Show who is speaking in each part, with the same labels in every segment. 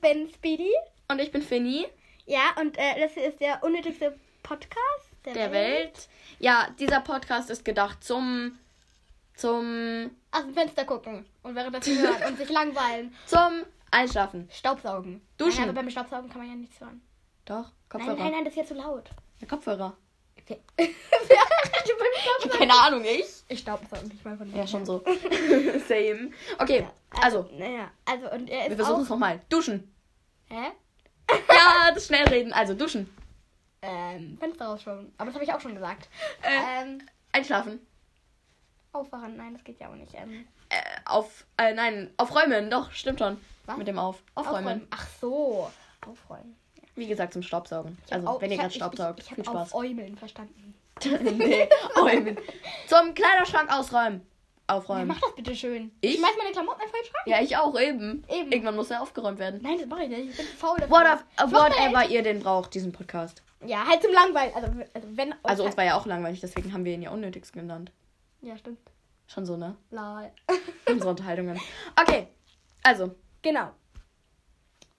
Speaker 1: bin Speedy.
Speaker 2: Und ich bin Finny
Speaker 1: Ja, und äh, das hier ist der unnötigste Podcast
Speaker 2: der Welt. Ja, dieser Podcast ist gedacht zum zum
Speaker 1: Aus dem Fenster gucken und währenddessen hören und sich langweilen.
Speaker 2: zum Einschlafen.
Speaker 1: Staubsaugen.
Speaker 2: Duschen.
Speaker 1: Nein, aber beim Staubsaugen kann man ja nichts hören.
Speaker 2: Doch, Kopfhörer.
Speaker 1: Nein, nein, nein, das ist ja zu laut.
Speaker 2: Ja, Kopfhörer.
Speaker 1: Okay. Während du beim Staubsaugen-
Speaker 2: Keine Ahnung, ich.
Speaker 1: ich staubsauge nicht mal von
Speaker 2: Ja, schon so. Same. Okay, also,
Speaker 1: Naja, also und er ist
Speaker 2: wir versuchen es nochmal. Duschen.
Speaker 1: auch... Hä?
Speaker 2: Ja, das schnell reden. Also, duschen.
Speaker 1: Ähm, Fenster rausschauen. Aber das habe ich auch schon gesagt.
Speaker 2: Äh,
Speaker 1: Ähm,
Speaker 2: einschlafen.
Speaker 1: aufwachen. Nein, das geht ja auch nicht. Ähm,
Speaker 2: Äh, auf, äh, nein, aufräumen. Doch, stimmt schon.
Speaker 1: Was?
Speaker 2: Mit dem Auf. Aufräumen.
Speaker 1: aufräumen. Ach so. Aufräumen.
Speaker 2: Wie gesagt, zum Staubsaugen.
Speaker 1: Ich hab
Speaker 2: Also,
Speaker 1: au-
Speaker 2: wenn ihr
Speaker 1: ich hab-
Speaker 2: gerade staubsaugt.
Speaker 1: Ich, ich,
Speaker 2: Viel
Speaker 1: ich habe
Speaker 2: Spaß.
Speaker 1: aufäumeln verstanden.
Speaker 2: nee, aufräumen. Zum Kleiderschrank ausräumen.
Speaker 1: Ja,
Speaker 2: Aufräumen.
Speaker 1: mach das bitte schön.
Speaker 2: Ich?
Speaker 1: schmeiß meine Klamotten einfach in den Schrank.
Speaker 2: Ja, ich auch, eben.
Speaker 1: Eben.
Speaker 2: Irgendwann muss er aufgeräumt werden.
Speaker 1: Nein, das mache ich nicht. Ich bin zu faul. dafür.
Speaker 2: What up,
Speaker 1: Ich mach
Speaker 2: whatever ihr den braucht, diesen Podcast.
Speaker 1: halt- Ja, halt zum Langweilen. Also, also wenn.
Speaker 2: Also uns war ja auch langweilig, deswegen haben wir ihn ja unnötigst genannt.
Speaker 1: Ja, stimmt.
Speaker 2: Schon so, ne?
Speaker 1: Lol.
Speaker 2: Unsere Unterhaltungen. Okay, also.
Speaker 1: genau.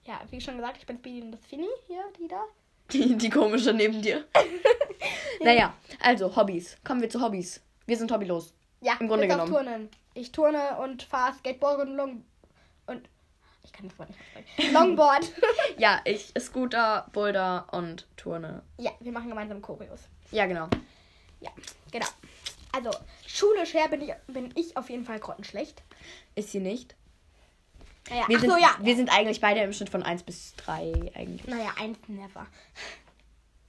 Speaker 1: Ja, wie schon gesagt, ich bin Speedy und das ist Fini hier, die da.
Speaker 2: Die, die komische neben dir. naja, also Hobbys. Kommen wir zu Hobbys. Wir sind hobbylos.
Speaker 1: Ja,
Speaker 2: Im Grunde
Speaker 1: bis auf
Speaker 2: genommen.
Speaker 1: Turnen. Ich turne und fahre Skateboard und Long. Und. Ich kann das Wort nicht aussprechen. Longboard.
Speaker 2: Ja, ich Scooter, Boulder und Turne.
Speaker 1: ja, wir machen gemeinsam Choreos.
Speaker 2: Ja, genau.
Speaker 1: Ja, genau. Also, schulisch her bin ich, bin ich auf jeden Fall grottenschlecht.
Speaker 2: Ist sie nicht?
Speaker 1: Naja,
Speaker 2: Wir,
Speaker 1: ach
Speaker 2: sind,
Speaker 1: so, ja.
Speaker 2: wir sind eigentlich beide im Schnitt von 1 bis 3 eigentlich.
Speaker 1: Naja, eins never.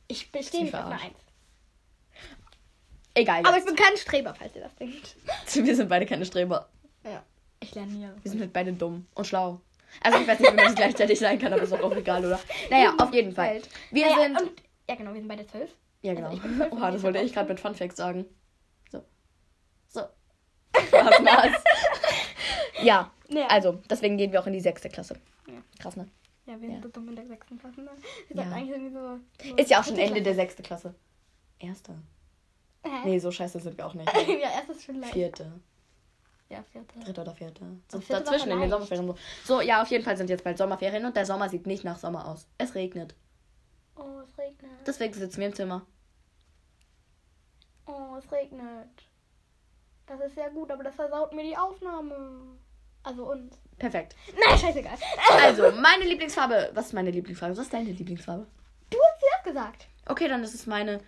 Speaker 1: Ich
Speaker 2: Sie
Speaker 1: bestehe nicht auf einer
Speaker 2: verarscht.
Speaker 1: Eins.
Speaker 2: Egal.
Speaker 1: Aber ich bin kein Streber, falls ihr das denkt.
Speaker 2: wir sind beide keine Streber.
Speaker 1: Ja. Ich lerne nie.
Speaker 2: Wir sind halt beide dumm und schlau. Also ich weiß nicht, wie man das gleichzeitig sein kann, aber ist auch, auch egal, oder? Naja, auf jeden Fall. Wir
Speaker 1: naja,
Speaker 2: sind.
Speaker 1: Und, ja, genau, wir sind beide zwölf.
Speaker 2: Ja, genau.
Speaker 1: Also ich bin voll
Speaker 2: Oha, das
Speaker 1: verwirrt,
Speaker 2: wollte
Speaker 1: aber
Speaker 2: ich gerade mit Fun Facts sagen. So. So. Spaß, Spaß. ja,
Speaker 1: Ja.
Speaker 2: also, deswegen gehen wir auch in die sechste Klasse.
Speaker 1: Ja.
Speaker 2: Krass, ne?
Speaker 1: Ja, wir sind
Speaker 2: Ja.
Speaker 1: so dumm in der sechsten Klasse. Ne? Wir
Speaker 2: Ja.
Speaker 1: sollten eigentlich irgendwie so. so
Speaker 2: Ist ja auch schon
Speaker 1: dritte
Speaker 2: Ende der
Speaker 1: Klasse.
Speaker 2: sechste Klasse. Erste.
Speaker 1: Hä?
Speaker 2: Nee, so scheiße sind wir auch nicht.
Speaker 1: ja, erstes schon leicht.
Speaker 2: Vierte.
Speaker 1: Ja, vierte.
Speaker 2: Dritte oder vierte. So,
Speaker 1: Und vierte war
Speaker 2: dazwischen in den
Speaker 1: leicht.
Speaker 2: Sommerferien. So. so, ja, auf jeden Fall sind jetzt bald Sommerferien und der Sommer sieht nicht nach Sommer aus. Es regnet.
Speaker 1: Oh, es regnet.
Speaker 2: Deswegen sitzen wir im Zimmer.
Speaker 1: Oh, es regnet. Das ist ja gut, aber das versaut mir die Aufnahme. Also uns.
Speaker 2: Perfekt.
Speaker 1: Nein, scheißegal.
Speaker 2: Also, meine Lieblingsfarbe. Was ist meine Lieblingsfarbe? Was ist deine Lieblingsfarbe?
Speaker 1: Du hast zuerst gesagt.
Speaker 2: Okay, dann ist es meine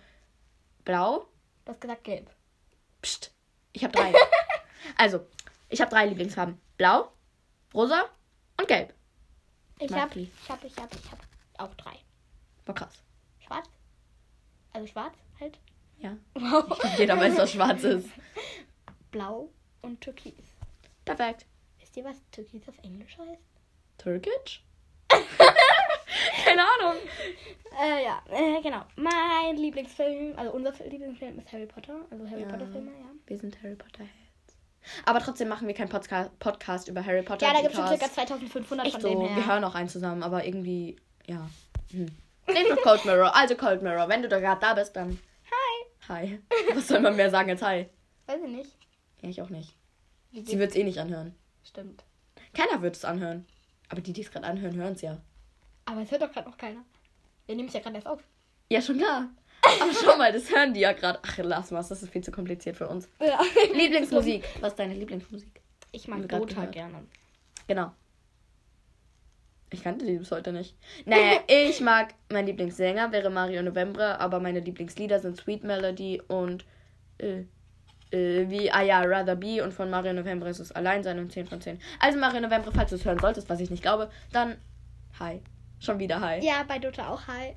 Speaker 2: blau.
Speaker 1: Du hast gesagt gelb.
Speaker 2: Psst, ich habe drei. also, ich habe drei Lieblingsfarben. Blau, rosa und gelb.
Speaker 1: Ich
Speaker 2: mag
Speaker 1: hab,
Speaker 2: die.
Speaker 1: ich hab, ich hab, ich hab auch drei.
Speaker 2: War krass.
Speaker 1: Schwarz. Also schwarz halt.
Speaker 2: Ja.
Speaker 1: Wow.
Speaker 2: Jeder weiß, dass schwarz ist.
Speaker 1: Blau und Türkis.
Speaker 2: Perfekt.
Speaker 1: Wisst ihr, was Türkis auf Englisch heißt?
Speaker 2: Türkisch? Keine Ahnung.
Speaker 1: Äh, ja, äh, genau. Mein Lieblingsfilm, also unser Lieblingsfilm ist Harry Potter. Also Harry
Speaker 2: Ja.
Speaker 1: Potter Filme, ja.
Speaker 2: Wir sind Harry Potter Heads. Aber trotzdem machen wir keinen Podca Podcast über Harry Potter.
Speaker 1: Ja, da gibt es schon
Speaker 2: because-
Speaker 1: circa 2500
Speaker 2: Echt
Speaker 1: von
Speaker 2: so,
Speaker 1: dem
Speaker 2: wir
Speaker 1: her.
Speaker 2: hören auch einen zusammen, aber irgendwie, ja. Hm. Reden wir Cold Mirror. Also Cold Mirror, wenn du da gerade da bist, dann
Speaker 1: Hi.
Speaker 2: hi. Was soll man mehr sagen als hi?
Speaker 1: Weiß ich nicht.
Speaker 2: Ja, ich auch nicht.
Speaker 1: Wie
Speaker 2: Sie
Speaker 1: geht's?
Speaker 2: wird es eh nicht anhören.
Speaker 1: Stimmt.
Speaker 2: Keiner wird es anhören. Aber die, die es gerade anhören, hören es ja.
Speaker 1: Aber es hört doch gerade noch keiner. Wir nehmen es ja gerade erst auf.
Speaker 2: Ja, schon klar. Aber schau mal, das hören die ja gerade. Ach, lass mal, das ist viel zu kompliziert für uns.
Speaker 1: Ja.
Speaker 2: Lieblingsmusik. Was ist deine Lieblingsmusik?
Speaker 1: Ich
Speaker 2: Haben wir
Speaker 1: mag
Speaker 2: grad
Speaker 1: Dota
Speaker 2: gehört.
Speaker 1: gerne.
Speaker 2: Genau. Ich kannte die bis heute nicht. Naja, ich mag, mein Lieblingssänger wäre Mario Novembre, aber meine Lieblingslieder sind Sweet Melody und äh, äh, wie Ah ja, Rather Be und von Mario Novembre ist es Alleinsein und 10 von 10. Also Mario Novembre, falls du es hören solltest, was ich nicht glaube, dann hi. Schon wieder hi.
Speaker 1: Ja, bei Dota auch hi.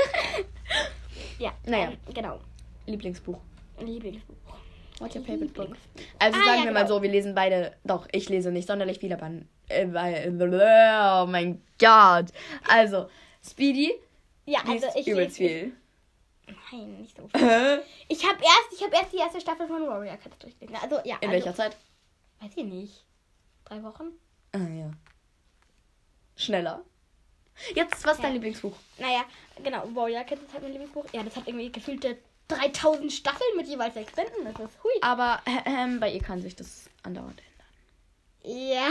Speaker 1: ja,
Speaker 2: Naja.
Speaker 1: ähm, genau.
Speaker 2: Lieblingsbuch.
Speaker 1: Lieblingsbuch.
Speaker 2: What's
Speaker 1: your favorite book?
Speaker 2: Also
Speaker 1: Ah,
Speaker 2: sagen
Speaker 1: ja,
Speaker 2: wir mal
Speaker 1: genau.
Speaker 2: so, wir lesen beide, doch, ich lese nicht sonderlich viel, aber äh, weil- oh mein Gott. Also, Speedy
Speaker 1: Ja,
Speaker 2: liest
Speaker 1: also ich
Speaker 2: übelst
Speaker 1: lese-
Speaker 2: viel.
Speaker 1: Nein, nicht so viel.
Speaker 2: Hä?
Speaker 1: Ich habe erst, ich habe erst die erste Staffel von Warrior Cats durchgelesen. Also ja.
Speaker 2: In
Speaker 1: also,
Speaker 2: welcher Zeit?
Speaker 1: Weiß ich nicht. Drei Wochen?
Speaker 2: Ah ja. Schneller. Jetzt, was ist dein
Speaker 1: Ja.
Speaker 2: Lieblingsbuch?
Speaker 1: Naja, genau. Warrior Cats ist halt mein Lieblingsbuch. Ja, das hat irgendwie gefühlte 3000 Staffeln mit jeweils sechs Bänden. Das ist hui.
Speaker 2: Aber äh, ähm, bei ihr kann sich das andauernd ändern.
Speaker 1: Ja.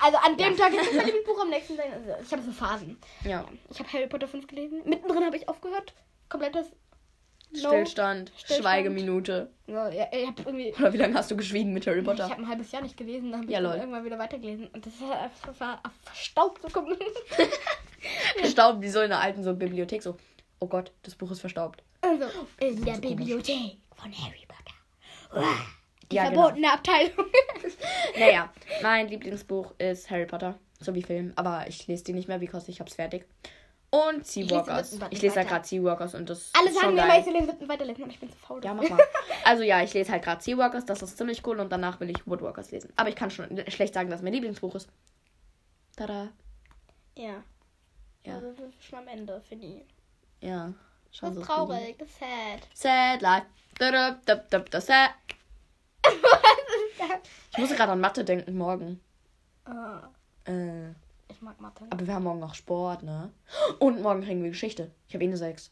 Speaker 1: Also an dem Tag ist es mein Lieblingsbuch, am nächsten Tag. Also ich habe so Phasen.
Speaker 2: Ja.
Speaker 1: Ich habe Harry Potter 5 gelesen. Mittendrin habe ich aufgehört. Komplettes. No.
Speaker 2: Stillstand,
Speaker 1: Stillstand.
Speaker 2: Schweigeminute.
Speaker 1: So, ja, ich habe irgendwie.
Speaker 2: Oder wie lange hast du geschwiegen mit Harry
Speaker 1: Ich
Speaker 2: Potter?
Speaker 1: habe ein halbes Jahr nicht gelesen, dann habe ich
Speaker 2: Ja,
Speaker 1: dann
Speaker 2: lol.
Speaker 1: irgendwann wieder weitergelesen. Und das ist halt einfach ver verstaubt so komplett.
Speaker 2: Verstaubt, wie so in der alten so Bibliothek so. Oh Gott, das Buch ist verstaubt.
Speaker 1: Also,
Speaker 2: Oh,
Speaker 1: in der Bibliothek von Harry Potter. Uah, Die
Speaker 2: Ja, genau.
Speaker 1: verbotene Abteilung.
Speaker 2: Naja, mein Lieblingsbuch ist Harry Potter, sowie Film, aber ich lese die nicht mehr, because ich hab's fertig. Und
Speaker 1: lese
Speaker 2: Seawalkers.
Speaker 1: den dritten
Speaker 2: Ich lese ja
Speaker 1: weiter.
Speaker 2: gerade Seawalkers und das
Speaker 1: Alle
Speaker 2: ist
Speaker 1: sagen
Speaker 2: schon
Speaker 1: mir immer,
Speaker 2: geil.
Speaker 1: ich soll den siebten weiterlesen, aber ich bin zu faul.
Speaker 2: Ja, mach mal. Also ja, ich lese halt gerade Seawalkers, das ist ziemlich cool und danach will ich Woodwalkers lesen. Aber ich kann schon schlecht sagen, dass mein Lieblingsbuch ist. Tada.
Speaker 1: Ja.
Speaker 2: Ja.
Speaker 1: Also, das ist schon am Ende, finde ich.
Speaker 2: Ja. Schon
Speaker 1: Das
Speaker 2: so
Speaker 1: ist traurig, das ist sad.
Speaker 2: sweet. Sad life. Da, da, da, da, sad. Ich muss gerade an Mathe denken morgen.
Speaker 1: Ah,
Speaker 2: Äh,
Speaker 1: ich mag Mathe.
Speaker 2: aber wir haben morgen noch Sport, ne? Und morgen kriegen wir Geschichte. Ich habe eh eine 6.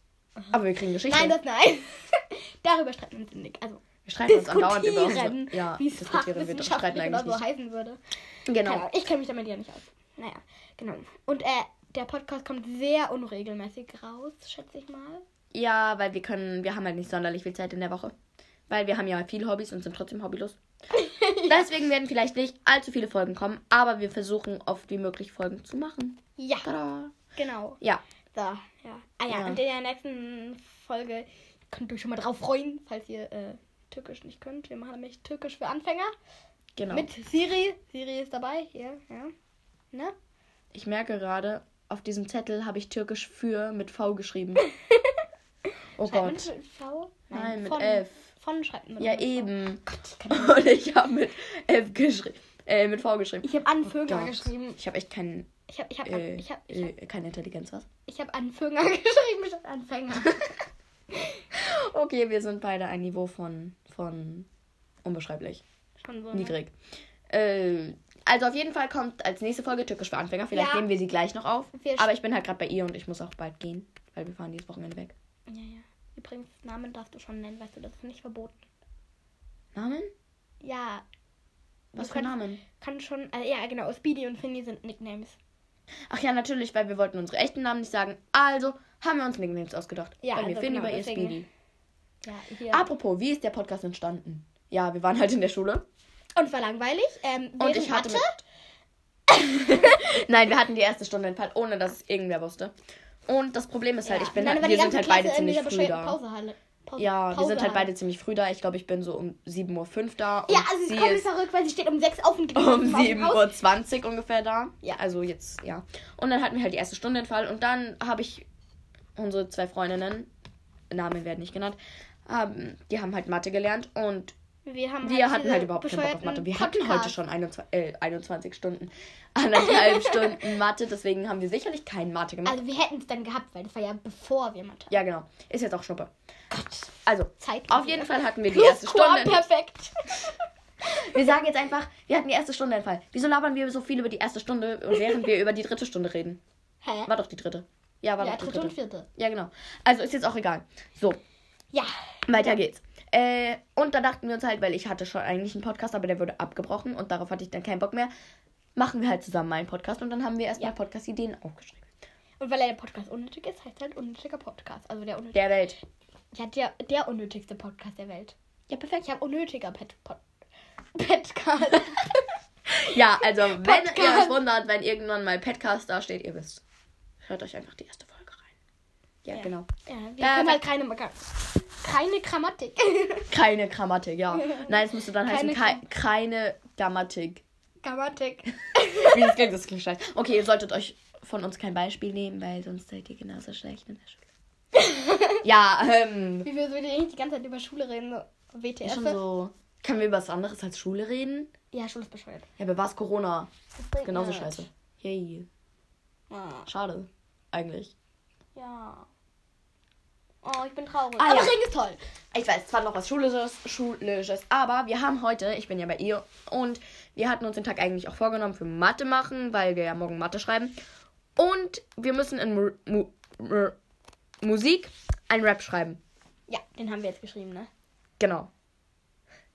Speaker 2: Aber wir kriegen Geschichte.
Speaker 1: Nein, das nein. Darüber streiten wir uns nicht. Also,
Speaker 2: wir streiten uns andauernd über
Speaker 1: diskutieren,
Speaker 2: unsere... Ja,
Speaker 1: wie es
Speaker 2: diskutieren wir. Das streiten
Speaker 1: fachwissenschaftlich oder
Speaker 2: eigentlich
Speaker 1: so
Speaker 2: nicht.
Speaker 1: heißen würde. Keine
Speaker 2: Genau.
Speaker 1: Ahnung, ich kenne mich damit ja nicht aus. Naja, genau. Und äh, der Podcast kommt sehr unregelmäßig raus, schätze ich mal.
Speaker 2: Ja, weil wir können... Wir haben halt nicht sonderlich viel Zeit in der Woche. Weil wir haben ja viele Hobbys und sind trotzdem hobbylos. Deswegen werden vielleicht nicht allzu viele Folgen kommen, aber wir versuchen oft wie möglich Folgen zu machen.
Speaker 1: Ja,
Speaker 2: Tada.
Speaker 1: genau.
Speaker 2: Ja,
Speaker 1: So, ja. Ah ja,
Speaker 2: Ja.
Speaker 1: und in der nächsten Folge könnt ihr euch schon mal drauf freuen, falls ihr äh, Türkisch nicht könnt. Wir machen nämlich Türkisch für Anfänger.
Speaker 2: genau.
Speaker 1: Mit Siri. Siri ist dabei. Hier, ja. Ne?
Speaker 2: Ich merke gerade, auf diesem Zettel habe ich Türkisch für mit V geschrieben. Oh
Speaker 1: Schreibt man
Speaker 2: Gott.
Speaker 1: mit V?
Speaker 2: Nein, mit
Speaker 1: von,
Speaker 2: F.
Speaker 1: Von schreibt man mit
Speaker 2: Ja,
Speaker 1: V.
Speaker 2: eben.
Speaker 1: Oh Gott, ich kann-
Speaker 2: Und ich habe mit F geschrieben. Äh, mit V geschrieben.
Speaker 1: ich habe an Föger
Speaker 2: Gott.
Speaker 1: geschrieben.
Speaker 2: Ich habe echt kein,
Speaker 1: Ich habe ich hab,
Speaker 2: äh,
Speaker 1: ich hab, ich hab,
Speaker 2: äh, keine Intelligenz, was?
Speaker 1: ich hab an Föger geschrieben statt Anfänger.
Speaker 2: Okay, wir sind beide ein Niveau von, von unbeschreiblich.
Speaker 1: Schon so. Ne?
Speaker 2: Niedrig. Äh, also auf jeden Fall kommt als nächste Folge Türkisch für Anfänger. Vielleicht
Speaker 1: Ja.
Speaker 2: nehmen wir sie gleich noch auf.
Speaker 1: Wir
Speaker 2: Aber ich bin halt gerade bei ihr und ich muss auch bald gehen, weil wir fahren dieses Wochenende weg.
Speaker 1: Ja, ja. Übrigens, Namen darfst du schon nennen, weißt du, das ist nicht verboten.
Speaker 2: Namen?
Speaker 1: Ja,
Speaker 2: Was für
Speaker 1: kannst-
Speaker 2: Namen?
Speaker 1: kann schon. Äh, ja, genau. Speedy und Finny sind Nicknames.
Speaker 2: Ach ja, natürlich, weil wir wollten unsere echten Namen nicht sagen. Also haben wir uns Nicknames ausgedacht.
Speaker 1: Ja,
Speaker 2: Ja, weil wir
Speaker 1: also
Speaker 2: finden
Speaker 1: genau,
Speaker 2: über ihr
Speaker 1: deswegen-
Speaker 2: Speedy.
Speaker 1: Ja, hier.
Speaker 2: Apropos, wie ist der Podcast entstanden? Ja, wir waren halt in der Schule.
Speaker 1: Und war langweilig. Ähm,
Speaker 2: Und
Speaker 1: während
Speaker 2: ich hatte.
Speaker 1: Mathe.
Speaker 2: mit- Nein, wir hatten die erste Stunde in Fall, ohne dass es irgendwer wusste. Und das Problem ist halt, ich bin
Speaker 1: Nein,
Speaker 2: halt,
Speaker 1: aber
Speaker 2: wir
Speaker 1: die
Speaker 2: sind
Speaker 1: ganze
Speaker 2: halt beide
Speaker 1: Klasse in
Speaker 2: ziemlich
Speaker 1: dieser
Speaker 2: früh da.
Speaker 1: bescheuerten Pausehalle. Pause,
Speaker 2: Ja, wir sind halt
Speaker 1: Pausehalle.
Speaker 2: beide ziemlich früh da. Ich glaube, ich bin so um 7.05 Uhr da. Und
Speaker 1: Ja, also
Speaker 2: sie
Speaker 1: sie kommt
Speaker 2: ist
Speaker 1: verrückt, weil sie steht um 6 auf und geht
Speaker 2: um
Speaker 1: aus dem Haus.
Speaker 2: 7.20 Uhr ungefähr da.
Speaker 1: Ja.
Speaker 2: Also jetzt, ja. Und dann hatten wir halt die erste Stunde den Fall. Und dann habe ich unsere zwei Freundinnen, Namen werden nicht genannt, haben, die haben halt Mathe gelernt. Und
Speaker 1: Wir, haben
Speaker 2: wir hatten
Speaker 1: diese
Speaker 2: halt überhaupt keinen Bock auf
Speaker 1: bescheuerten
Speaker 2: Mathe. Wir hatten heute
Speaker 1: Podcasts.
Speaker 2: schon 21, äh, 21 Stunden, anderthalb Stunden Mathe. Deswegen haben wir sicherlich keinen Mathe gemacht.
Speaker 1: Also wir hätten es dann gehabt, weil das war ja bevor wir Mathe.
Speaker 2: ja, genau. Ist jetzt auch Schnuppe. Also,
Speaker 1: Zeit.
Speaker 2: auf jeden Fall hatten wir die
Speaker 1: Plus
Speaker 2: erste Stunde.
Speaker 1: perfekt.
Speaker 2: Wir sagen jetzt einfach, wir hatten die erste Stunde einen Fall. Wieso labern wir so viel über die erste Stunde, während wir über die dritte Stunde reden?
Speaker 1: Hä?
Speaker 2: War doch die dritte. Ja, war
Speaker 1: Ja,
Speaker 2: doch die
Speaker 1: dritte und
Speaker 2: dritte.
Speaker 1: vierte.
Speaker 2: Ja, genau. Also ist jetzt auch egal. So,
Speaker 1: Ja.
Speaker 2: weiter geht's. Äh, und da dachten wir uns halt, weil ich hatte schon eigentlich einen Podcast, aber der wurde abgebrochen und darauf hatte ich dann keinen Bock mehr, machen wir halt zusammen mal einen Podcast und dann haben wir erstmal
Speaker 1: Ja.
Speaker 2: Podcast-Ideen aufgeschrieben.
Speaker 1: Und weil der Podcast unnötig ist, heißt er halt unnötiger Podcast. Also der unnötig.
Speaker 2: Der Welt.
Speaker 1: Ja, der, der unnötigste Podcast der Welt.
Speaker 2: Ja, perfekt.
Speaker 1: Ich habe unnötiger Pet Pod Podcast.
Speaker 2: Ja, also wenn
Speaker 1: Podcast.
Speaker 2: ihr euch wundert, wenn irgendwann mal Podcast dasteht, ihr wisst, hört euch einfach die erste Folge rein. ja.
Speaker 1: Ja.
Speaker 2: genau.
Speaker 1: ja, wir
Speaker 2: Ja,
Speaker 1: können
Speaker 2: aber-
Speaker 1: halt keine Maka- keine Grammatik.
Speaker 2: Keine Grammatik, ja. Nein, es müsste dann heißen,
Speaker 1: Keine
Speaker 2: keine, keine Grammatik.
Speaker 1: Grammatik.
Speaker 2: Wie das klingt, das klingt scheiße. Okay, ihr solltet euch von uns kein Beispiel nehmen, weil sonst seid ihr genauso schlecht in der Schule. ja, ähm.
Speaker 1: Wie wir so eigentlich die ganze Zeit über Schule reden, so WTF.
Speaker 2: Schon so. Können wir über was anderes als Schule reden?
Speaker 1: Ja, Schule ist bescheuert.
Speaker 2: Ja, aber war es Corona?
Speaker 1: Das bringt
Speaker 2: Genauso
Speaker 1: nichts.
Speaker 2: scheiße. Yay.
Speaker 1: Ah,
Speaker 2: Schade. Eigentlich.
Speaker 1: Ja. Oh, ich bin traurig.
Speaker 2: Ah,
Speaker 1: Aber
Speaker 2: ja.
Speaker 1: Regen ist toll.
Speaker 2: Ich weiß zwar noch was Schulisches, Schulisches, aber wir haben heute, ich bin ja bei ihr, und wir hatten uns den Tag eigentlich auch vorgenommen für Mathe machen, weil wir ja morgen Mathe schreiben. Und wir müssen in Mu Mu Mu Musik einen Rap schreiben.
Speaker 1: Ja, den haben wir jetzt geschrieben, ne?
Speaker 2: Genau.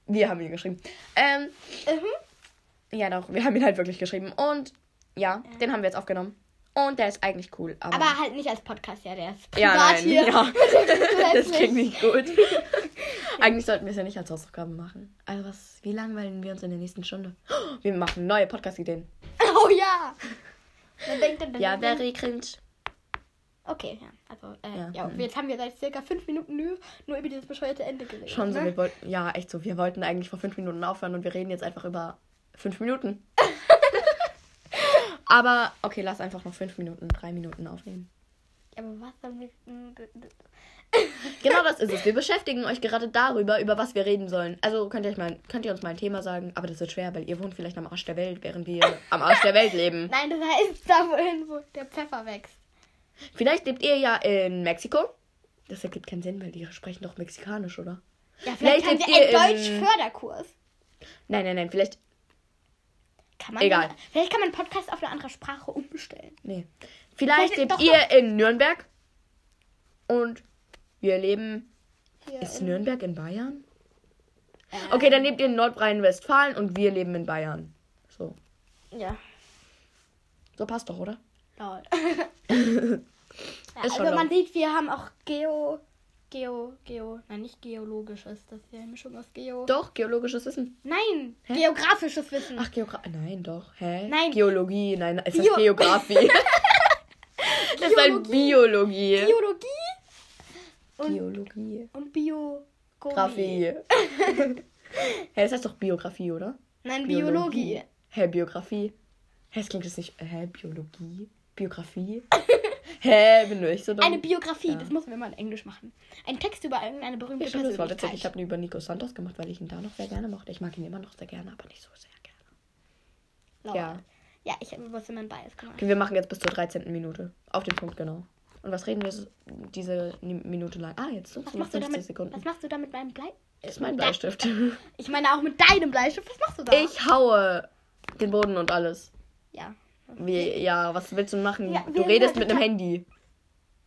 Speaker 2: Wir haben ihn geschrieben. Ähm,
Speaker 1: Mhm.
Speaker 2: Ja, doch, wir haben ihn halt wirklich geschrieben. Und ja, den haben wir jetzt aufgenommen. Und der ist eigentlich cool, aber.
Speaker 1: Aber halt nicht als Podcast, ja, der ist privat
Speaker 2: ja, nein,
Speaker 1: hier.
Speaker 2: ja. das
Speaker 1: Plötzlich.
Speaker 2: klingt nicht gut. eigentlich sollten wir es ja nicht als Hausaufgaben machen. Also, was, wie langweilen wir uns in der nächsten Stunde? Wir machen neue Podcast-Ideen.
Speaker 1: Oh ja! Dann denkt dann, dann
Speaker 2: Ja,
Speaker 1: dann-
Speaker 2: very cringe.
Speaker 1: Okay, ja. Also, äh,
Speaker 2: Ja,
Speaker 1: ja.
Speaker 2: hm.
Speaker 1: jetzt haben wir seit circa fünf Minuten nur, nur über dieses bescheuerte Ende geredet.
Speaker 2: Schon so,
Speaker 1: ne?
Speaker 2: wir wollten, ja, echt so, wir wollten eigentlich vor fünf Minuten aufhören und wir reden jetzt einfach über fünf Minuten. Aber, okay, lass einfach noch fünf Minuten, drei Minuten aufnehmen.
Speaker 1: Aber was haben wir. hm, d- d-
Speaker 2: Genau das ist es. Wir beschäftigen euch gerade darüber, über was wir reden sollen. Also könnt ihr, euch mal, könnt ihr uns mal ein Thema sagen, aber das wird schwer, weil ihr wohnt vielleicht am Arsch der Welt, während wir am Arsch der Welt leben.
Speaker 1: Nein, das heißt da, wohin wo der Pfeffer wächst.
Speaker 2: Vielleicht lebt ihr ja in Mexiko. Das ergibt keinen Sinn, weil die sprechen doch mexikanisch, oder?
Speaker 1: Ja,
Speaker 2: Vielleicht
Speaker 1: vielleicht haben
Speaker 2: lebt
Speaker 1: wir einen
Speaker 2: ihr in-
Speaker 1: Deutsch-Förderkurs.
Speaker 2: Nein, nein, nein, vielleicht.
Speaker 1: Kann man
Speaker 2: Egal.
Speaker 1: vielleicht kann man einen Podcast auf eine andere Sprache umstellen.
Speaker 2: Nee. Vielleicht
Speaker 1: Vielleicht
Speaker 2: lebt
Speaker 1: doch
Speaker 2: ihr in Nürnberg. Und wir leben.
Speaker 1: Hier
Speaker 2: Ist
Speaker 1: in-
Speaker 2: Nürnberg in Bayern?
Speaker 1: äh,
Speaker 2: Okay, dann lebt ihr in Nordrhein-Westfalen und wir leben in Bayern. So.
Speaker 1: Ja.
Speaker 2: So passt doch, oder?
Speaker 1: Lol. ja,
Speaker 2: Ist schon
Speaker 1: also man
Speaker 2: lol.
Speaker 1: sieht, wir haben auch Geo. Geo, Geo, nein, nicht geologisch ist das ist ja eine Mischung aus Geo.
Speaker 2: Doch, geologisches Wissen.
Speaker 1: Nein, geografisches Wissen.
Speaker 2: Ach, Geografie. Nein, doch. Hä?
Speaker 1: Nein.
Speaker 2: Geologie. Nein, ist das
Speaker 1: Bio-
Speaker 2: Geografie? das ist ein Biologie.
Speaker 1: Biologie und,
Speaker 2: Geologie.
Speaker 1: und Bio.
Speaker 2: Grafie. Hä, das heißt doch Biografie, oder?
Speaker 1: Nein, Biologie.
Speaker 2: Hä, Biografie. Hä, es klingt jetzt nicht. Hä, Biologie? Biografie? Hä, bin nur ich so dumm?
Speaker 1: Eine Biografie,
Speaker 2: Ja.
Speaker 1: das müssen wir mal in Englisch machen. Ein Text über irgendeine berühmte
Speaker 2: Ich habe das war tatsächlich. Ich
Speaker 1: Persönlichkeit.
Speaker 2: habe ihn über Nico Santos gemacht, weil ich ihn da noch sehr gerne mochte. Ich mag ihn immer noch sehr gerne, aber nicht so sehr gerne.
Speaker 1: Lol.
Speaker 2: Ja.
Speaker 1: Ja, ich habe was in meinem Bias gemacht.
Speaker 2: Okay, wir machen jetzt bis zur 13. Minute. Auf den Punkt, genau. Und was reden wir so- diese Ni- Minute lang? Ah, jetzt sind es
Speaker 1: Was
Speaker 2: noch
Speaker 1: machst, du
Speaker 2: 15
Speaker 1: damit,
Speaker 2: Sekunden.
Speaker 1: was machst du da mit meinem Blei?
Speaker 2: Das ist mein Bleistift. Ich
Speaker 1: Ich meine auch mit deinem Bleistift. Was machst du da?
Speaker 2: haue den Boden und alles.
Speaker 1: Ja.
Speaker 2: Wie, ja, was willst du machen?
Speaker 1: Ja,
Speaker 2: du
Speaker 1: wir-
Speaker 2: redest
Speaker 1: wir-
Speaker 2: mit einem Handy.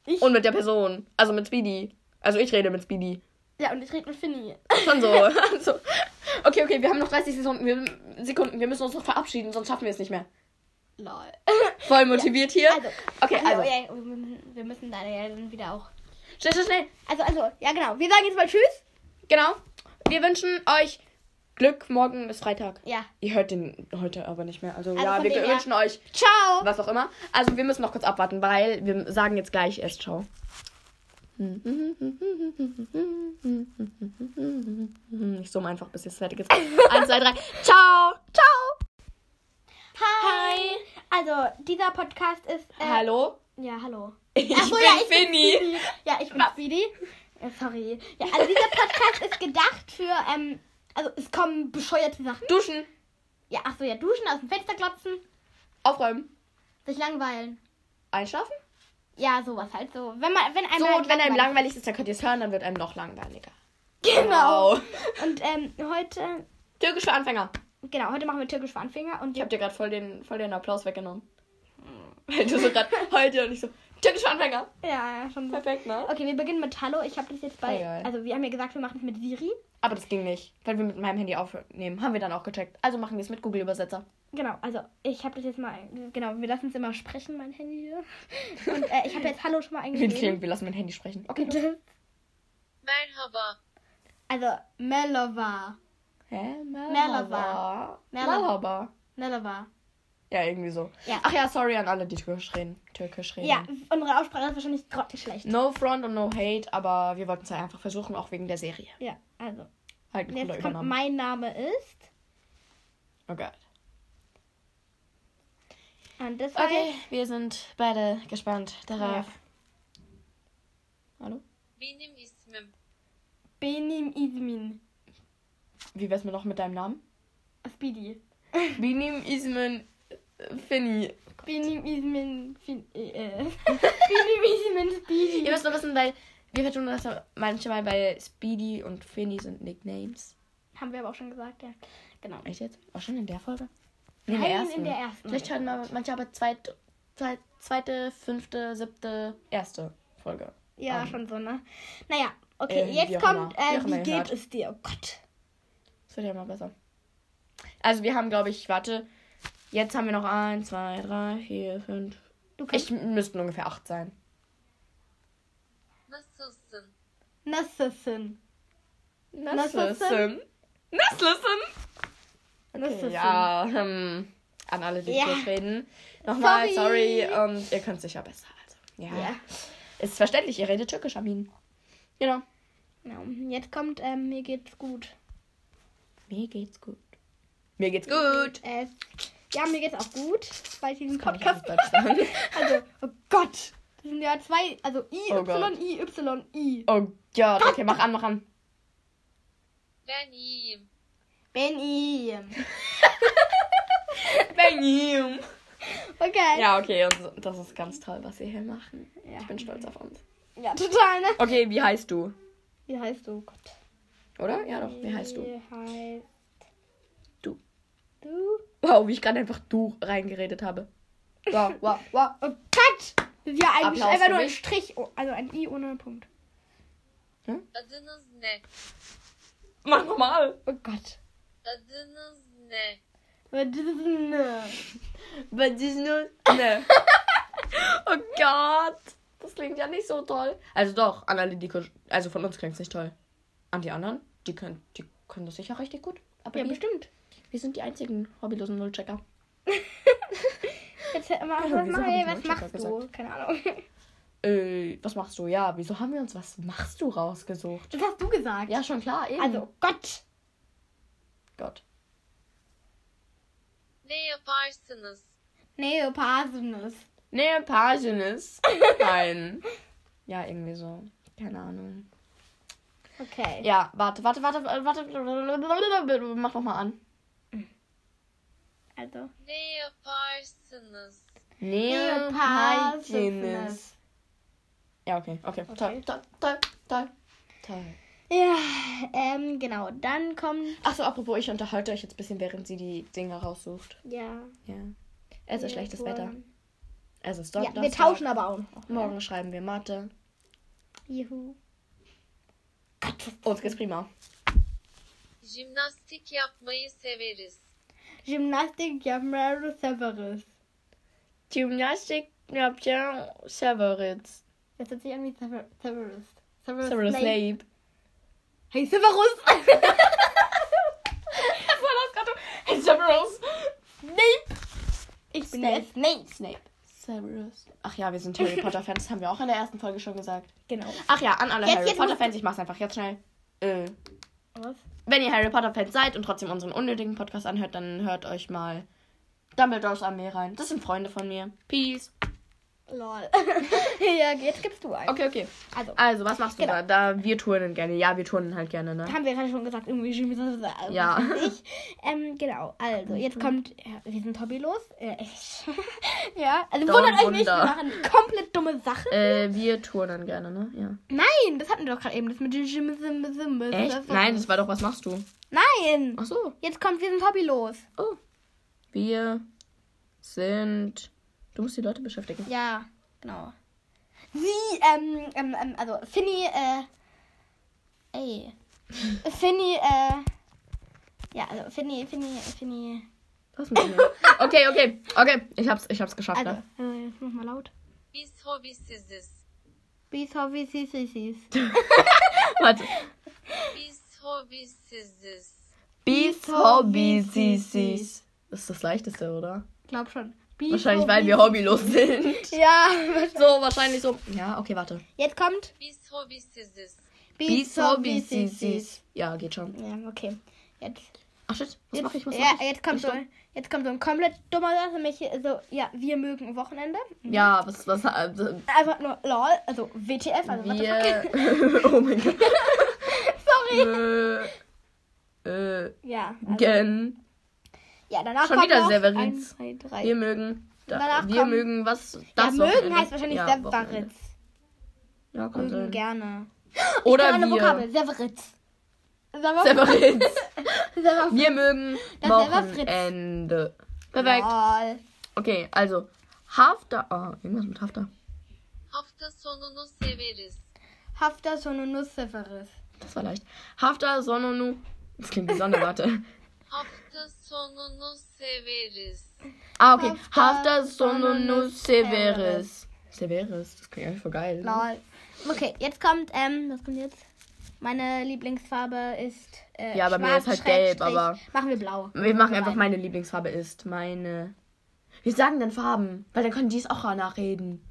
Speaker 1: Ich?
Speaker 2: Und mit der Person. Also mit Speedy. Also ich rede mit Speedy.
Speaker 1: Ja, und ich rede mit Finny.
Speaker 2: Schon so. so. Okay, okay, wir haben noch 30 Sekunden. Wir, Sekunden. wir müssen uns noch verabschieden, sonst schaffen wir es nicht mehr.
Speaker 1: Lol.
Speaker 2: Voll motiviert hier.
Speaker 1: Also,
Speaker 2: okay,
Speaker 1: also,
Speaker 2: also.
Speaker 1: Ja, wir müssen- wir müssen da ja dann wieder auch.
Speaker 2: Schnell, schnell, schnell.
Speaker 1: Also, also, ja genau. Wir sagen jetzt mal Tschüss.
Speaker 2: Genau. Wir wünschen euch Glück. Morgen ist Freitag.
Speaker 1: Ja.
Speaker 2: Ihr hört den heute aber nicht mehr. Also,
Speaker 1: Also
Speaker 2: ja,
Speaker 1: von
Speaker 2: wir
Speaker 1: dem her.
Speaker 2: wünschen euch
Speaker 1: Ciao.
Speaker 2: was auch immer. Also wir müssen noch kurz abwarten, weil wir sagen jetzt gleich erst Ciao. Hm. Nicht so einfach, bis es fertig ist. Eins, zwei, drei. Ciao. Ciao.
Speaker 1: Hi. Also, dieser Podcast ist. Äh,
Speaker 2: Hallo.
Speaker 1: Ja, hallo.
Speaker 2: Ich
Speaker 1: Ach so,
Speaker 2: bin
Speaker 1: ja, ich bin
Speaker 2: Finny.
Speaker 1: Ja, ich bin Speedy. Äh, sorry. Ja, also dieser Podcast ist gedacht für, ähm, also es kommen bescheuerte Sachen.
Speaker 2: Duschen.
Speaker 1: Ja, ach so, ja, duschen, aus dem Fenster klotzen,
Speaker 2: Aufräumen.
Speaker 1: sich langweilen.
Speaker 2: Einschlafen.
Speaker 1: Ja, sowas halt so. Wenn man, wenn einem
Speaker 2: So,
Speaker 1: halt
Speaker 2: und wenn einem langweilig ist, dann könnt ihr es hören, dann wird einem noch langweiliger.
Speaker 1: Genau.
Speaker 2: Wow.
Speaker 1: Und ähm, heute,
Speaker 2: Türkisch für Anfänger.
Speaker 1: genau, heute machen wir türkisch für Anfänger und
Speaker 2: Ich hab dir gerade voll den, voll den Applaus weggenommen. Weil du so gerade heute und ich so, Türkisch für Anfänger.
Speaker 1: ja, ja, schon so.
Speaker 2: Perfekt, ne?
Speaker 1: Okay, wir beginnen mit Hallo. Ich habe das jetzt bei,
Speaker 2: Voll geil.
Speaker 1: also wir haben ja gesagt, wir machen es mit Siri.
Speaker 2: Aber das ging nicht, weil wir mit meinem Handy aufnehmen. Haben wir dann auch gecheckt. Also machen wir es mit Google-Übersetzer.
Speaker 1: Genau, also ich habe das jetzt mal, genau, wir lassen es immer sprechen, mein Handy hier. Und äh, ich habe jetzt Hallo schon mal
Speaker 2: Wir,
Speaker 1: eingegeben.
Speaker 2: klingt, wir lassen mein Handy sprechen. Okay.
Speaker 1: Okay.
Speaker 3: Merhaba.
Speaker 1: Also Melova.
Speaker 2: Hä?
Speaker 1: Merhaba. Merhaba.
Speaker 2: Merhaba.
Speaker 1: Melova.
Speaker 2: Ja, irgendwie so.
Speaker 1: Ja.
Speaker 2: Ach ja, sorry an alle, die Türkisch reden. Türkisch reden.
Speaker 1: Ja, unsere Aussprache ist wahrscheinlich grottenschlecht.
Speaker 2: No front und no hate, aber wir wollten es ja einfach versuchen, auch wegen der Serie.
Speaker 1: Ja, also.
Speaker 2: Halt ein cooler
Speaker 1: Jetzt kommt
Speaker 2: Übername.
Speaker 1: mein Name ist.
Speaker 2: Oh Gott.
Speaker 1: Und das
Speaker 2: Okay,
Speaker 1: heißt.
Speaker 2: wir sind beide gespannt darauf. Hallo?
Speaker 3: Benim ismim
Speaker 1: Benim Ismin.
Speaker 2: Wie wär's mir noch mit deinem Namen?
Speaker 1: Speedy.
Speaker 2: Binim Ismen Finny.
Speaker 1: Benim Ismin. Fin äh. Benim Ismin
Speaker 2: Ihr
Speaker 1: Speedy.
Speaker 2: müsst nur wissen, weil wir vertun das manchmal, weil Speedy und Finny sind Nicknames.
Speaker 1: Haben wir aber auch schon gesagt, ja. Genau.
Speaker 2: Echt jetzt? Auch schon in der Folge? Nee,
Speaker 1: Nein,
Speaker 2: in der ersten.
Speaker 1: in der ersten.
Speaker 2: Vielleicht hören wir manche aber zweite, zweite, zweite, fünfte, siebte, erste Folge.
Speaker 1: Ja,
Speaker 2: Ähm.
Speaker 1: schon so, ne? Naja, okay,
Speaker 2: Äh, wie
Speaker 1: jetzt
Speaker 2: auch
Speaker 1: kommt,
Speaker 2: immer. Wie
Speaker 1: äh,
Speaker 2: auch immer
Speaker 1: wie
Speaker 2: ihr
Speaker 1: geht
Speaker 2: hört.
Speaker 1: es dir? Oh Gott.
Speaker 2: Das wird ja mal besser. Also wir haben, glaube ich, warte. Jetzt haben wir noch 1, 2, 3, 4, 5.
Speaker 1: Du
Speaker 2: Ich
Speaker 1: kannst.
Speaker 2: müssten ungefähr 8 sein.
Speaker 3: Nassussen.
Speaker 1: Nassussen.
Speaker 2: Nasslüssen. Nasslüssen. Okay,
Speaker 1: Nassussen.
Speaker 2: ja, ähm, an alle, die
Speaker 1: Ja.
Speaker 2: ja. reden. Nochmal,
Speaker 1: Sorry.
Speaker 2: sorry. Und ihr könnt sicher besser. Also, ja.
Speaker 1: Ja.
Speaker 2: Ist verständlich, ihr redet türkisch, Amin. Genau.
Speaker 1: Genau. Jetzt kommt, ähm, mir geht's gut.
Speaker 2: Mir geht's gut. Mir geht's gut.
Speaker 1: Es, ja, mir geht's auch gut, weil ich diesen
Speaker 2: Kann ich auch
Speaker 1: Podcast.
Speaker 2: nicht Deutsch sagen.
Speaker 1: Also, oh Gott. Das sind ja zwei, also I,
Speaker 2: Oh
Speaker 1: Y,
Speaker 2: Gott.
Speaker 1: I, Y, I.
Speaker 2: Oh Gott, okay, mach an, mach an.
Speaker 3: Benim.
Speaker 1: Benny.
Speaker 2: Benjamin.
Speaker 1: Okay.
Speaker 2: Ja, okay, und so- das ist ganz toll, was wir hier machen.
Speaker 1: Ja.
Speaker 2: Ich bin stolz auf uns.
Speaker 1: Ja, total, ne?
Speaker 2: Okay, wie heißt du?
Speaker 1: Wie heißt du? Gott.
Speaker 2: Oder? Ja, doch, wie heißt du?
Speaker 1: Wie heißt
Speaker 2: Du.
Speaker 1: du?
Speaker 2: Wow, wie ich gerade einfach du reingeredet habe. Wow, wow, wow.
Speaker 1: Oh Gott! Das ist ja eigentlich
Speaker 2: Applaus
Speaker 1: einfach
Speaker 2: für
Speaker 1: nur ein
Speaker 2: mich.
Speaker 1: Strich, oh, also ein I ohne Punkt.
Speaker 3: Adınız ne?
Speaker 2: Mach nochmal.
Speaker 1: Oh Gott.
Speaker 3: Adınız ne?
Speaker 1: Aber Das ist äh, eine.
Speaker 2: Was ist nur. Ne. oh Gott. Das klingt ja nicht so toll. Also doch, an alle, die. ko- Also von uns klingt es nicht toll. An die anderen, die können, die können das sicher richtig gut. Aber
Speaker 1: Ja,
Speaker 2: wir,
Speaker 1: bestimmt.
Speaker 2: wir sind die einzigen hobbylosen Nullchecker.
Speaker 1: Jetzt hätte man auch
Speaker 2: Ja,
Speaker 1: was
Speaker 2: wieso
Speaker 1: machen.
Speaker 2: hab ich
Speaker 1: Hey, was
Speaker 2: Nullchecker
Speaker 1: machst du? Keine Ahnung.
Speaker 2: Äh, was machst du? Ja, wieso haben wir uns was machst du rausgesucht?
Speaker 1: Das hast du gesagt.
Speaker 2: Ja, schon klar, eben.
Speaker 1: Also, oh Gott.
Speaker 2: Gott.
Speaker 3: Ne yaparsınız?
Speaker 1: Neopasenes.
Speaker 2: Nee, Pagenis. Nein. ja, irgendwie so. Keine Ahnung.
Speaker 1: Okay.
Speaker 2: Ja, warte, warte, warte, warte, warte. Mach nochmal an.
Speaker 1: Also.
Speaker 3: Ne yaparsınız?
Speaker 2: Neopagenes. Ja, okay, okay. Toll, toll, toll, toll. Toll.
Speaker 1: Ja, ähm, genau. Dann kommt.
Speaker 2: Achso, apropos, ich unterhalte euch jetzt ein bisschen, während sie die Dinger raussucht.
Speaker 1: Ja.
Speaker 2: Ja. Es ist schlechtes Wetter. Es ist
Speaker 1: Ja,
Speaker 2: Donnerstag.
Speaker 1: wir tauschen aber auch noch.
Speaker 2: Morgen schreiben wir Mathe.
Speaker 1: Juhu.
Speaker 2: Uns geht's prima.
Speaker 3: Jimnastik yapmayı severiz.
Speaker 1: Gymnastik Jamrero Severus.
Speaker 2: Gymnastik, ja, ja, Severitz.
Speaker 1: Das hört sich an wie Sever- Severus. Severus,
Speaker 2: Severus
Speaker 1: Snape.
Speaker 2: Snape.
Speaker 1: Hey, Severus!
Speaker 2: Das war das gerade. Hey, Severus. Snape.
Speaker 1: Ich bin
Speaker 2: Snape.
Speaker 1: der Snape.
Speaker 2: Snape. Severus. Ach ja, wir sind Harry Potter Fans, das haben wir auch in der ersten Folge schon gesagt.
Speaker 1: Genau.
Speaker 2: Ach ja, an alle
Speaker 1: Jetzt-
Speaker 2: Harry
Speaker 1: jetzt
Speaker 2: Potter
Speaker 1: musst
Speaker 2: Fans, ich mach's einfach jetzt schnell. Äh,
Speaker 1: Was?
Speaker 2: wenn ihr Harry Potter Fans seid und trotzdem unseren unnötigen Podcast anhört, dann hört euch mal Dumbledores Armee rein. Das sind Freunde von mir. Peace.
Speaker 1: Lol. ja, jetzt gibst du ein.
Speaker 2: Okay, okay.
Speaker 1: Also,
Speaker 2: Also, was machst du
Speaker 1: Genau.
Speaker 2: da? Da wir turnen gerne. Ja, wir turnen halt gerne, ne?
Speaker 1: haben wir gerade schon gesagt, irgendwie Gymnastik. Also,
Speaker 2: Ja. Mhm.
Speaker 1: Ich, ähm, genau. Also, jetzt kommt. Ja, wir sind hobbylos. Äh, ich. ja, also
Speaker 2: Doch,
Speaker 1: wundert euch nicht, wir
Speaker 2: Wunder.
Speaker 1: machen komplett dumme Sachen.
Speaker 2: Äh, wir turnen gerne, ne? Ja.
Speaker 1: Nein, das hatten wir doch gerade eben. Das mit dem Gymnastik.
Speaker 2: Echt? Nein, das war doch, was machst du?
Speaker 1: Nein!
Speaker 2: Ach so.
Speaker 1: Jetzt kommt, wir sind hobbylos.
Speaker 2: Oh. Wir sind. Du musst die Leute beschäftigen.
Speaker 1: Ja, genau. Sie, ähm, ähm, ähm also Finny, äh, ey. Finny, äh, ja, also Finny, Finny, Finny.
Speaker 2: Was machen wir? Okay, okay, okay. Ich hab's, ich hab's geschafft.
Speaker 1: Also,
Speaker 2: Ne?
Speaker 1: äh, jetzt mach mal laut.
Speaker 3: Biz hobisiziz.
Speaker 1: Bis hobby, sie, sie, sie.
Speaker 2: Warte.
Speaker 3: Biz hobisiziz.
Speaker 2: Bis Hobby Sissis. Das ist das leichteste, oder?
Speaker 1: Glaub schon. Bis
Speaker 2: Wahrscheinlich, weil wir hobbylos sind.
Speaker 1: Ja,
Speaker 2: So, wahrscheinlich so. Ja, okay, warte.
Speaker 1: jetzt kommt.
Speaker 3: Biz hobisiziz.
Speaker 2: Bis Hobby Sissis.
Speaker 1: Sissis.
Speaker 2: Ja, geht schon.
Speaker 1: Ja, okay. Jetzt.
Speaker 2: Ach shit, was
Speaker 1: Jetzt,
Speaker 2: mach ich? Was
Speaker 1: ja,
Speaker 2: mach ich?
Speaker 1: jetzt kommt so, jetzt kommt so ein komplett dummer Satz, nämlich so, ja, wir mögen Wochenende.
Speaker 2: Ja, was, was, äh,
Speaker 1: Einfach nur lol, also WTF, also what Also, the fuck.
Speaker 2: wir. oh mein Gott.
Speaker 1: Sorry.
Speaker 2: Äh, äh,
Speaker 1: Ja, also,
Speaker 2: gen.
Speaker 1: ja danach
Speaker 2: Schon
Speaker 1: kommt
Speaker 2: wieder
Speaker 1: noch
Speaker 2: Severins.
Speaker 1: Eins, zwei, drei.
Speaker 2: Wir mögen. Da,
Speaker 1: Also, Danach
Speaker 2: wir
Speaker 1: kommen-
Speaker 2: mögen was.
Speaker 1: ja,
Speaker 2: Das
Speaker 1: mögen
Speaker 2: Wochenende.
Speaker 1: heißt wahrscheinlich
Speaker 2: Ja, Wochenende.
Speaker 1: Severitz.
Speaker 2: Ja, kann
Speaker 1: Mögen
Speaker 2: sein.
Speaker 1: gerne.
Speaker 2: Oder
Speaker 1: Kleine
Speaker 2: wir.
Speaker 1: Vokabel, Severitz. Sever-
Speaker 2: Severins.
Speaker 1: Sever-
Speaker 2: Wir mögen
Speaker 1: Das Severfritz.
Speaker 2: Wochenende. Perfekt.
Speaker 1: Lol.
Speaker 2: Okay, also. Hafter. Ah, irgendwas mit Hafter.
Speaker 3: Hafta sonunu severiz.
Speaker 1: Hafter Sononus Severis.
Speaker 2: Das war leicht. Hafter, Sononu. Das klingt wie Sonne, warte.
Speaker 3: Hafta sonunu severiz.
Speaker 2: Ah, okay.
Speaker 1: Hafta
Speaker 2: Hafta sonunus
Speaker 1: sonunus
Speaker 2: severus. Severus, das klingt einfach voll geil.
Speaker 1: Lol. Okay, jetzt kommt, ähm, was kommt jetzt? Meine Lieblingsfarbe ist. Äh,
Speaker 2: Ja, bei mir ist halt gelb,
Speaker 1: Schrägstrich.
Speaker 2: aber-
Speaker 1: Machen wir blau.
Speaker 2: Wir machen einfach
Speaker 1: Nein.
Speaker 2: meine Lieblingsfarbe ist meine. Wir sagen dann Farben, weil dann können die es auch nachreden.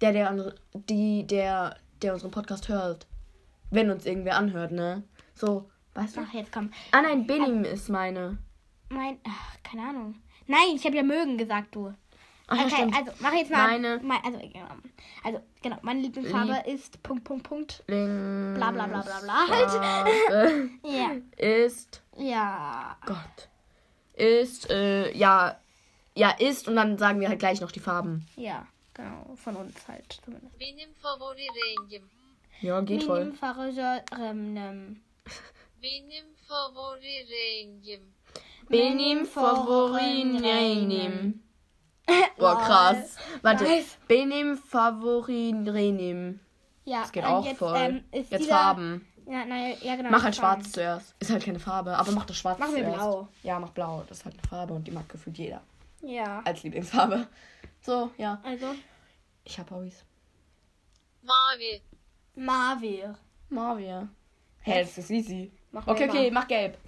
Speaker 2: Der, der unsere, die, der, der unseren Podcast hört. Wenn uns irgendwer anhört, ne? So, weißt du?
Speaker 1: Ach, jetzt komm.
Speaker 2: Ah nein, Benim ist meine.
Speaker 1: Mein. Ach, keine Ahnung. Nein, ich habe ja mögen gesagt, du.
Speaker 2: Ach ja,
Speaker 1: okay,
Speaker 2: stimmt.
Speaker 1: also mach jetzt mal.
Speaker 2: Meine- Äh.
Speaker 1: Mein, also, genau. also, genau. Meine Lieblingsfarbe ist. Punkt, Punkt, Punkt.
Speaker 2: Links-
Speaker 1: also- Bla, bla, bla, bla,
Speaker 2: Äh.
Speaker 1: bla. Halt.
Speaker 2: Farbe
Speaker 1: Ja.
Speaker 2: Äh, ist
Speaker 1: Ja.
Speaker 2: Gott. Ist äh, ja ja ist und dann sagen wir halt gleich noch die Farben.
Speaker 1: Ja. Genau. Von uns halt zumindest.
Speaker 3: Benim favori rengim.
Speaker 2: Ja, geht voll.
Speaker 1: Minim, Farage, ähm, ähm,
Speaker 3: Benim favori rengim.
Speaker 2: Benim favorin renim. Boah,
Speaker 1: Lol.
Speaker 2: krass. Warte.
Speaker 1: Nice.
Speaker 2: Benim favorin renim.
Speaker 1: Ja.
Speaker 2: Das geht
Speaker 1: und
Speaker 2: auch
Speaker 1: jetzt,
Speaker 2: voll.
Speaker 1: Ähm, ist
Speaker 2: jetzt
Speaker 1: wieder-
Speaker 2: Farben.
Speaker 1: Ja, nein, ja, genau.
Speaker 2: Mach halt
Speaker 1: Farben.
Speaker 2: schwarz zuerst. Ist halt keine Farbe, aber mach das schwarz
Speaker 1: Machen wir
Speaker 2: zuerst.
Speaker 1: blau.
Speaker 2: Ja, mach blau. Das ist halt eine Farbe und die mag gefühlt jeder.
Speaker 1: Ja.
Speaker 2: Als Lieblingsfarbe. So, ja.
Speaker 1: Also,
Speaker 2: Ich hab Hobbys.
Speaker 3: Mavi.
Speaker 1: Marvel.
Speaker 2: Maria. Hä, das ist easy.
Speaker 1: Mach
Speaker 2: okay,
Speaker 1: mal.
Speaker 2: okay, mach gelb.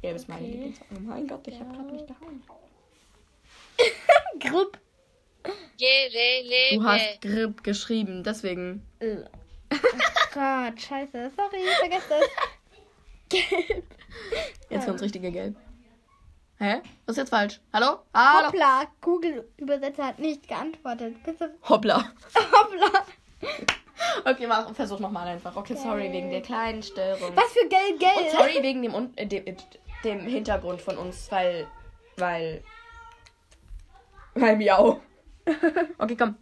Speaker 2: Gelb ist meine
Speaker 1: Okay.
Speaker 2: Lieblingsfarbe. Oh mein Gott, ich hab grad nicht gehauen.
Speaker 1: Grip.
Speaker 3: Gerelebe.
Speaker 2: Du hast Grip geschrieben, deswegen.
Speaker 1: Äh. Oh Gott, scheiße. Sorry, ich vergesse das. Gelb.
Speaker 2: Jetzt kommt's richtige Gelb. Hä? Was ist jetzt falsch? Hallo? Hallo?
Speaker 1: Hoppla, Google-Übersetzer hat nicht geantwortet. Bitte.
Speaker 2: Hoppla.
Speaker 1: Hoppla.
Speaker 2: Okay, mach, versuch nochmal einfach. Okay, sorry, wegen der kleinen Störung.
Speaker 1: Was für gelb,
Speaker 2: Und
Speaker 1: gelb.
Speaker 2: sorry wegen dem, Un- äh, dem, äh, dem Hintergrund von uns, weil. Weil. Weil miau. okay, komm.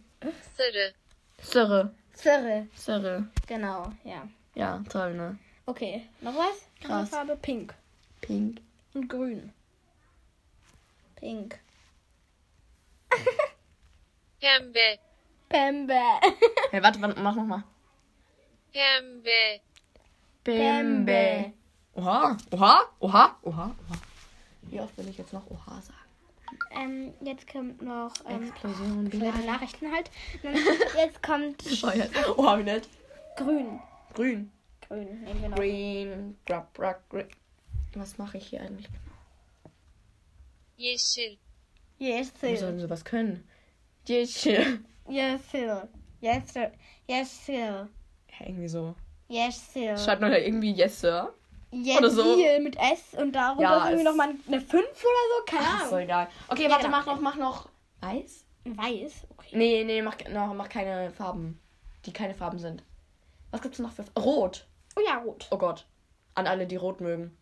Speaker 3: Sarı.
Speaker 2: Sirre.
Speaker 1: Zirre.
Speaker 2: Sirre.
Speaker 1: Genau, ja.
Speaker 2: Ja, toll, ne?
Speaker 1: Okay, noch was?
Speaker 2: Krass.
Speaker 1: Eine Farbe pink
Speaker 2: Pink.
Speaker 1: und grün. Pink.
Speaker 3: Pembe.
Speaker 1: Pembe.
Speaker 2: Hey, warte, warte, mach nochmal.
Speaker 3: Pembe.
Speaker 1: Pembe.
Speaker 2: Oha, oha, oha, oha, oha. Wie oft will ich jetzt noch Oha sagen?
Speaker 1: ähm, jetzt kommt noch ähm,
Speaker 2: Explosion,
Speaker 1: kleine Nachrichten halt. Dann- Jetzt kommt
Speaker 2: Bescheuert. Oh, Oha, wie nett.
Speaker 1: grün.
Speaker 2: Grün.
Speaker 1: Grün, nehmen wir noch.
Speaker 2: Green, grab, grab, green. Was mache ich hier eigentlich?
Speaker 3: Yeşil.
Speaker 1: Yes,
Speaker 2: Wie
Speaker 1: sir.
Speaker 2: sollen sie was können? Jäschel.
Speaker 1: Yes, sir. Yes, sir. Yes, sir.
Speaker 2: Ja, irgendwie so.
Speaker 1: Yes, sir.
Speaker 2: Schreibt man da irgendwie Yes, Sir?
Speaker 1: yes,
Speaker 2: oder so.
Speaker 1: sir mit S und darunter
Speaker 2: Ja,
Speaker 1: ist irgendwie
Speaker 2: es-
Speaker 1: nochmal eine 5 oder so. Keine
Speaker 2: Ach, ist doch
Speaker 1: Ahnung.
Speaker 2: egal. Okay,
Speaker 1: Ja,
Speaker 2: warte,
Speaker 1: genau.
Speaker 2: mach noch, mach noch. Ah. Weiß?
Speaker 1: Weiß. Okay.
Speaker 2: Nee, nee, mach, no, mach keine Farben, die keine Farben sind. Was gibt's noch für. Rot.
Speaker 1: Oh ja, rot.
Speaker 2: Oh Gott. An alle, die rot mögen.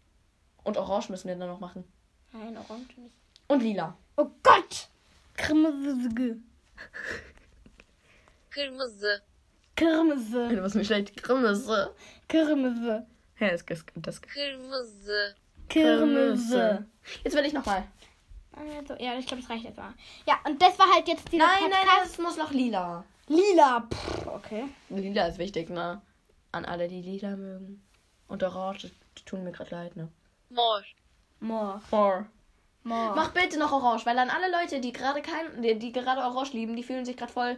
Speaker 2: Und orange müssen wir dann noch machen.
Speaker 1: Nein, orange nicht.
Speaker 2: Und lila.
Speaker 1: Oh Gott! Kırmızı.
Speaker 3: Kırmızı.
Speaker 1: Kırmızı.
Speaker 2: Du bist mir schlecht. Grimmisse.
Speaker 1: Kırmızı.
Speaker 2: Hä, das, das, das
Speaker 3: Kırmızı.
Speaker 1: Kırmızı.
Speaker 2: Jetzt will ich nochmal.
Speaker 1: Also, ja, ich glaube, das reicht jetzt mal. Ja, und das war halt jetzt dieser
Speaker 2: Nein, nein, nein,
Speaker 1: Podcast.
Speaker 2: es muss noch lila.
Speaker 1: Lila. Pff, okay.
Speaker 2: Lila ist wichtig, ne? An alle, die lila mögen. Und orange, die tun mir gerade leid, ne?
Speaker 3: Mor.
Speaker 1: Mor.
Speaker 2: Four.
Speaker 1: Mor.
Speaker 2: Mach bitte noch Orange, weil dann alle Leute, die gerade kein, die, die gerade Orange lieben, die fühlen sich gerade voll.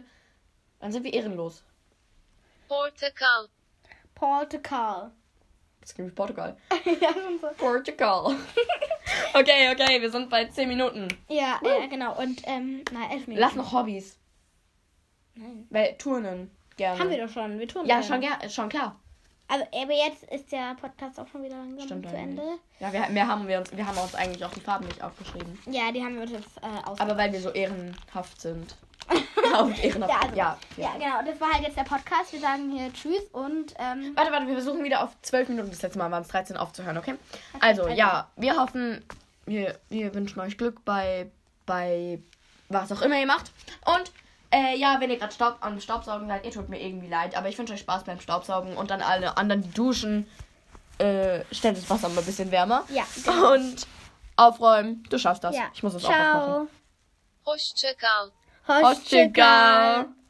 Speaker 2: Dann sind wir ehrenlos.
Speaker 3: Portakal.
Speaker 1: Portugal.
Speaker 2: Das klingt wie Portugal.
Speaker 1: ja, schon so.
Speaker 2: Portugal. okay, okay, wir sind bei 10 Minuten.
Speaker 1: Ja, ja, genau. Und, ähm, na, elf Minuten.
Speaker 2: Lass noch Hobbys.
Speaker 1: Nein.
Speaker 2: Weil Turnen gerne.
Speaker 1: Haben wir doch schon. Wir tun
Speaker 2: ja,
Speaker 1: das
Speaker 2: schon, ger- schon klar.
Speaker 1: Also, aber jetzt ist der Podcast auch schon wieder langsam
Speaker 2: Stimmt
Speaker 1: zu
Speaker 2: eigentlich.
Speaker 1: Ende.
Speaker 2: Ja, wir, mehr haben wir, uns, wir haben uns eigentlich auch die Farben nicht aufgeschrieben.
Speaker 1: Ja, die haben wir uns jetzt äh, aus.
Speaker 2: Aber weil wir so ehrenhaft sind. Auf ehrenhaft.
Speaker 1: ja, also,
Speaker 2: ja,
Speaker 1: ja,
Speaker 2: ja.
Speaker 1: genau. Und das war halt jetzt der Podcast. Wir sagen hier Tschüss und, ähm,
Speaker 2: Warte, warte, wir versuchen wieder auf 12 Minuten, das letzte Mal waren es 13, aufzuhören, okay? Also,
Speaker 1: also.
Speaker 2: ja, wir hoffen, wir, wir wünschen euch Glück bei, bei was auch immer ihr macht. Und, äh, ja, wenn ihr gerade Staub am Staubsaugen seid, ihr tut mir irgendwie leid, aber ich wünsche euch Spaß beim Staubsaugen und dann alle anderen, die duschen, äh, stellt das Wasser mal ein bisschen wärmer.
Speaker 1: Ja,
Speaker 2: Und aufräumen, du schaffst das.
Speaker 1: ja.
Speaker 2: Ich muss es auch noch machen.
Speaker 1: Ciao.
Speaker 3: Hoşça kal.
Speaker 1: Hoşça kal.